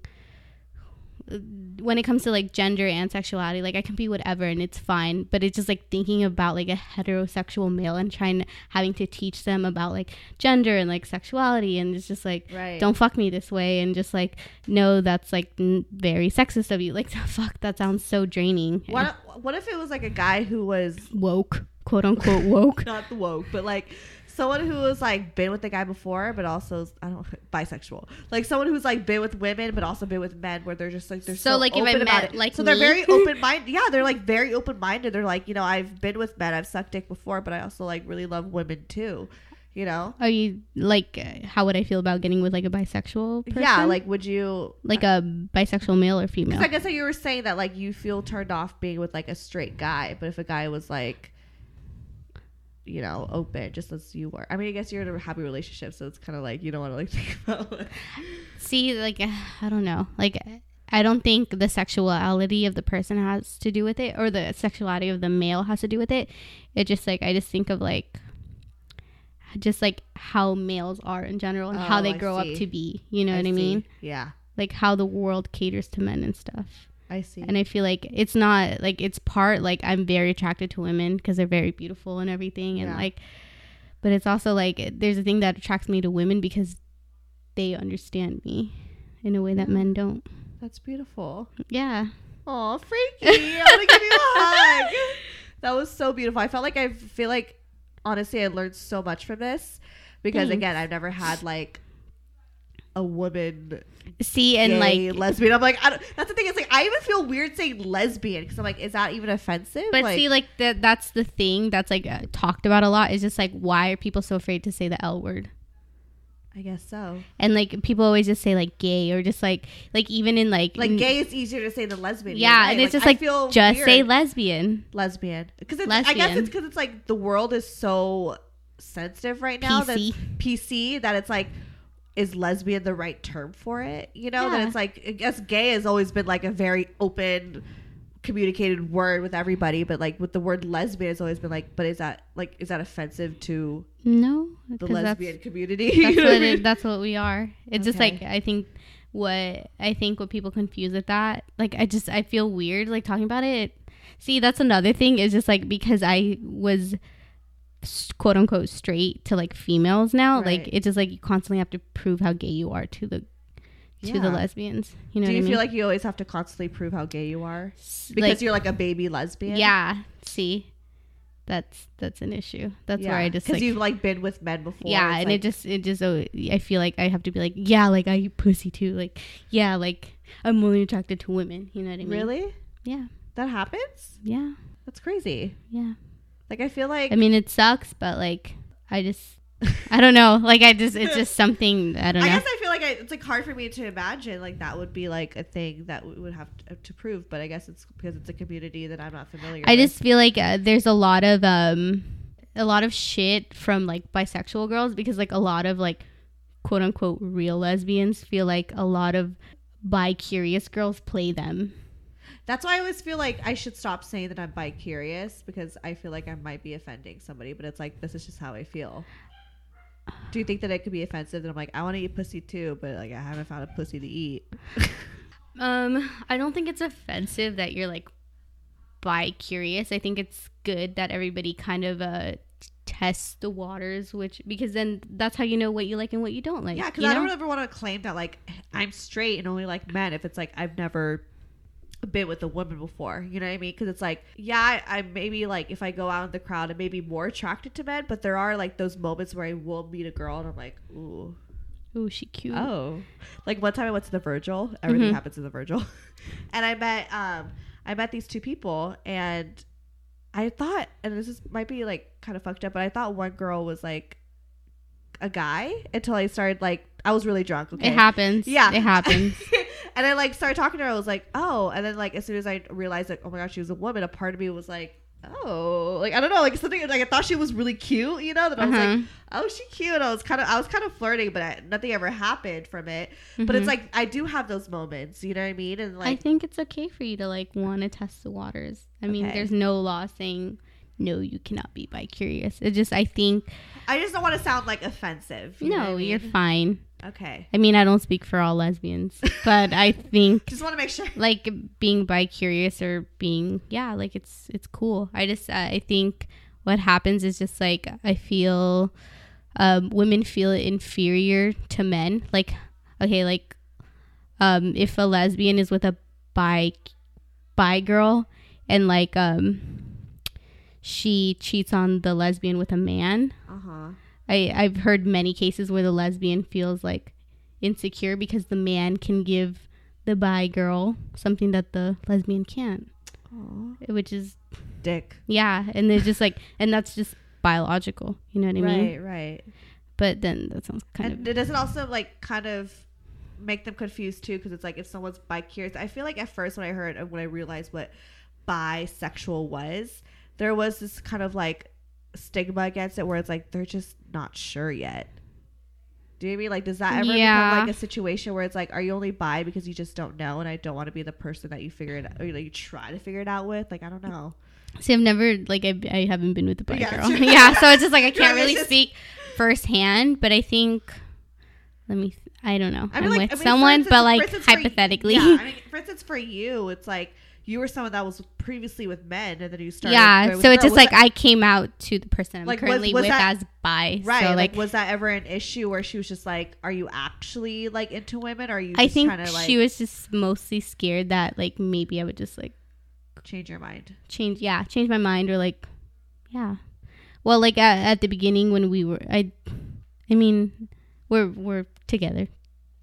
D: when it comes to like gender and sexuality like I can be whatever and it's fine but it's just like thinking about like a heterosexual male and trying to having to teach them about like gender and like sexuality and it's just like
B: Right.
D: don't fuck me this way and just like no that's like n- very sexist of you like *laughs* fuck that sounds so draining
B: What what if it was like a guy who was
D: woke quote unquote woke
B: not the woke, but like someone who was like been with the guy before, but also I don't bisexual. Like someone who's like been with women, but also been with men, where they're just like they're so,
D: So, like, if I
B: open about
D: met,
B: it.
D: like,
B: so they're
D: me?
B: very open minded. Yeah, they're like very open minded. They're like you know I've been with men, I've sucked dick before, but I also like really love women too. You know.
D: are you like uh, how would i feel about getting with like a bisexual person
B: Yeah, like uh, would you?
D: like a bisexual male or female
B: Because I guess that you were saying that like you feel turned off being with like a straight guy, but if a guy was like, you know, open just as you were. I mean, I guess you're in a happy relationship, so it's kind of like you don't want to like *laughs* think about. Like,
D: see like *sighs* i don't know like i don't think the sexuality of the person has to do with it or the sexuality of the male has to do with it it just like i just think of like just like how males are in general and how
B: Oh,
D: they
B: I
D: grow
B: see.
D: up to be you know what
B: see.
D: i mean
B: Yeah,
D: like how the world caters to men and stuff
B: I see.
D: and i feel like it's not like it's part like i'm very attracted to women because they're very beautiful and everything and
B: Yeah.
D: like but it's also like it- there's a thing that attracts me to women because they understand me in a way that men don't
B: That's
D: *laughs*
B: beautiful.
D: yeah
B: Oh, Frankie, I want to give you a hug. *laughs* That was so beautiful. I felt like I feel like honestly I learned so much from this because
D: Thanks.
B: again I've never had like a woman
D: see and
B: gay,
D: like
B: lesbian. I'm like, I don't, that's the thing. It's like I even feel weird saying lesbian because I'm like, is that even offensive?
D: but see like that that's the thing that's like uh, talked about a lot is just like why are people so afraid to say the l word
B: I guess so.
D: and like people always just say like gay or just like like even in like
B: Like
D: n-
B: gay is easier to say than lesbian. you're
D: yeah
B: right.
D: and it's just
B: I
D: like
B: feel
D: just say
B: weird.
D: lesbian
B: lesbian because I guess
D: Lesbian.
B: it's because it's like the world is so sensitive right now that
D: PC.
B: PC that it's like is lesbian the right term for it? You know that
D: Yeah.
B: it's like I guess gay has always been like a very open communicated word with everybody, but like with the word lesbian, it's always been like, but is that like is that offensive to
D: no
B: the
D: 'cause that's-
B: lesbian community? *laughs* You
D: that's
B: know
D: what
B: I
D: it,
B: mean?
D: that's what we are. It's just
B: Okay.
D: like I think what I think what people confuse with that. Like I just I feel weird like talking about it. See, that's another thing is just like because I was s- quote unquote straight to like females now,
B: Right.
D: like it's just like you constantly have to prove how gay you are to the to
B: Yeah.
D: the lesbians. You know
B: Do
D: what
B: you
D: I mean?
B: feel like you always have to constantly prove how gay you are
D: S-
B: because
D: like-
B: you're like a baby lesbian?
D: yeah. See, that's that's an issue. That's where I just
B: because
D: like
B: you've like been with men before.
D: yeah,
B: It's
D: and
B: like-
D: it just it just oh, I feel like I have to be like yeah, like I eat pussy too, like yeah, like I'm only attracted to women. You know what I mean?
B: really
D: Yeah,
B: that happens.
D: yeah,
B: That's crazy.
D: yeah.
B: Like I feel like
D: I mean, it sucks, but like I just
B: *laughs*
D: I don't know, like I just it's just something I don't
B: I
D: know.
B: guess I feel like I, it's like hard for me to imagine like that would be like a thing that we would have to, to prove. But I guess it's because it's a community that I'm not familiar.
D: I
B: with.
D: just feel like uh, there's a lot of um a lot of shit from like bisexual girls because like a lot of like quote unquote real lesbians feel like a lot of bi curious girls play them.
B: that's why I always feel like I should stop saying that I'm bi curious because I feel like I might be offending somebody. But it's like this is just how I feel. Do you think that it could be offensive that I'm like I want to eat pussy too, but like I haven't found a pussy to eat?
D: Um, I don't think it's offensive that you're like bi curious. I think it's good that everybody kind of uh tests the waters, which because then that's how you know what you like and what you don't like.
B: Yeah, because
D: you
B: I
D: know?
B: don't ever want to claim that like I'm straight and only like men. If it's like I've never been with a woman before, you know what I mean? Because it's like, yeah, I, I maybe like if I go out in the crowd, I may be more attracted to men, but there are like those moments where I will meet a girl and I'm like, ooh,
D: Ooh, she cute.
B: oh. Like one time I went to the Virgil. Everything happens in the Virgil, *laughs* and I met um I met these two people and. I thought, and this is might be like kind of fucked up, but I thought one girl was like a guy until I started like I was really drunk. Okay,
D: It happens.
B: Yeah.
D: It happens.
B: *laughs* and I like started talking to her. I was like, oh. And then like as soon as I realized like, oh my god, she was a woman, a part of me was like, oh, like I don't know, like something like I thought she was really cute, you know? That I was
D: Uh-huh.
B: like, oh, she cute. And I was kind of I was kind of flirting, but I, nothing ever happened from it. But it's like I do have those moments, you know what I mean? And
D: Mm-hmm. I
B: like
D: think it's okay for you to like want to test the waters. I mean,
B: Okay.
D: there's no law saying no, you cannot be bi curious. It just I think
B: I just don't want to sound like offensive. you know what
D: no,
B: I mean?
D: you're fine.
B: okay.
D: I mean, I don't speak for all lesbians, but I think
B: *laughs* Just want to
D: *laughs*
B: make sure.
D: like being bi curious or being yeah like it's it's cool i just uh, i think what happens is just like i feel um women feel inferior to men like okay like um if a lesbian is with a bi bi girl and like um she cheats on the lesbian with a man
B: Uh huh.
D: I, I've heard many cases where the lesbian feels like insecure because the man can give the bi girl something that the lesbian can't, which is
B: Dick.
D: yeah, and it's just like, and that's just biological, you know what I mean?
B: Right. Right.
D: But then that sounds kind
B: and
D: of
B: it doesn't also like kind of make them confused too because it's like if someone's bi curious i feel like at first when i heard and when i realized what bisexual was there was this kind of like stigma against it where it's like they're just not sure yet do you know what I mean like does that ever
D: Yeah.
B: become like a situation where it's like are you only bi because you just don't know and I don't want to be the person that you figure it out or like, you try to figure it out with like I don't know
D: see. I've never like I, I haven't been with a bi
B: Yeah,
D: girl, *laughs*
B: true.
D: yeah. So it's just like I
B: You're
D: can't really
B: just-
D: speak firsthand, but I think let me. th- I don't know. I
B: I mean,
D: am
B: like, I
D: with
B: mean, for
D: someone,
B: instance-
D: but like
B: for instance, for-
D: hypothetically,
B: yeah,
D: *laughs*
B: I mean, for instance, for you, it's like you were someone that was previously with men, and then you started.
D: Yeah,
B: with
D: so
B: girls.
D: it's just
B: Was
D: like
B: that-
D: I came out to the person I'm
B: Like, was-
D: currently
B: was
D: with
B: that-
D: as bi.
B: right.
D: so,
B: like, was that ever an issue where she was just like, "Are you actually like into women? Or are you?" Just
D: I think
B: trying to, like,
D: she was just mostly scared that like maybe I would just like
B: change your mind.
D: change, yeah, change my mind or like, yeah. Well, like at, at the beginning when we were, I, I mean, we're we're together,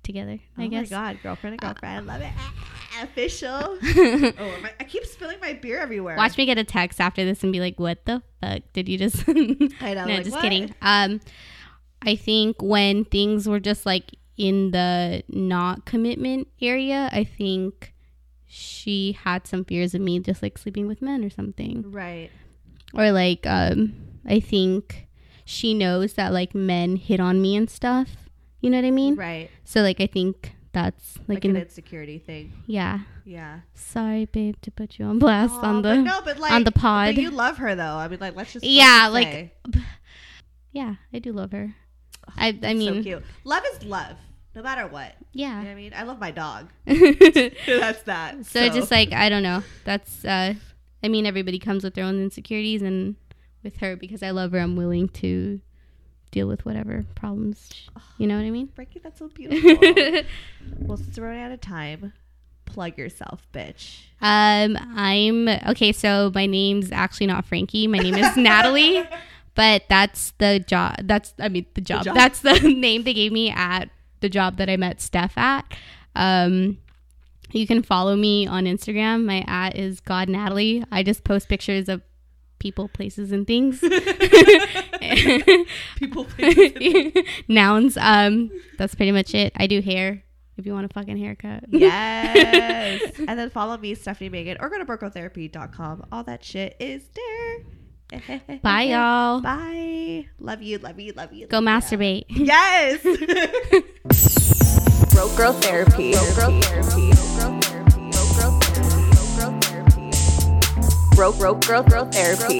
D: together. I
B: oh
D: guess. Uh,
B: my god, girlfriend and girlfriend, I love it. *laughs* Ah,
D: *laughs*
B: Official. oh, am I, I keep spilling my beer everywhere.
D: Watch me get a text after this and be like, "What the fuck did you just?" *laughs*
B: I know,
D: no,
B: like,
D: just
B: what?
D: kidding. Um, I think when things were just like in the not commitment area, I think she had some fears of me just like sleeping with men or something.
B: Right.
D: Or like um I think she knows that like men hit on me and stuff. You know what I mean?
B: Right.
D: So like I think that's like,
B: Like,
D: in
B: an
D: the,
B: insecurity thing.
D: yeah.
B: Yeah.
D: Sorry babe to put you on blast
B: Aw,
D: on
B: but
D: the
B: no, but like
D: on the pod.
B: But you love her though. I mean, like let's just let's
D: Yeah,
B: just
D: like,
B: say.
D: Yeah, I do love her. I I
B: so
D: mean
B: cute. Love is love, no matter what. You know what
D: yeah.
B: I mean, I love my dog. *laughs*
D: *laughs* so
B: That's that.
D: just like I don't know. That's uh I mean everybody comes with their own insecurities and with her because I love her I'm willing to deal with whatever problems. sh- You know what I mean?
B: Frankie, that's so
D: *laughs*
B: beautiful. well, since we're running out of time, plug yourself, bitch.
D: Um, I'm okay. So my name's actually not Frankie. My name is Natalie, but that's the job. That's I mean the job.
B: job.
D: That's the *laughs* name they gave me at the job that I met Steph at. Um, you can follow me on Instagram. My at is God Natalie. I just post pictures of people, places, and things. *laughs*
B: *laughs* People,
D: Nouns. Um, that's pretty much it. I do hair. If you want a fucking haircut.
B: yes. and then follow me, Stephanie Megan, or go to brocotherapy.com. All that shit is there.
D: *laughs*
B: *laughs*
D: Bye, y'all.
B: Bye. Love you. Love you. Love you.
D: Go masturbate.
B: Yes.
D: *laughs*
C: Broke girl therapy. Broke girl therapy. Broke girl therapy. Broke girl therapy. Broke girl therapy. Broke broke girl girl therapy.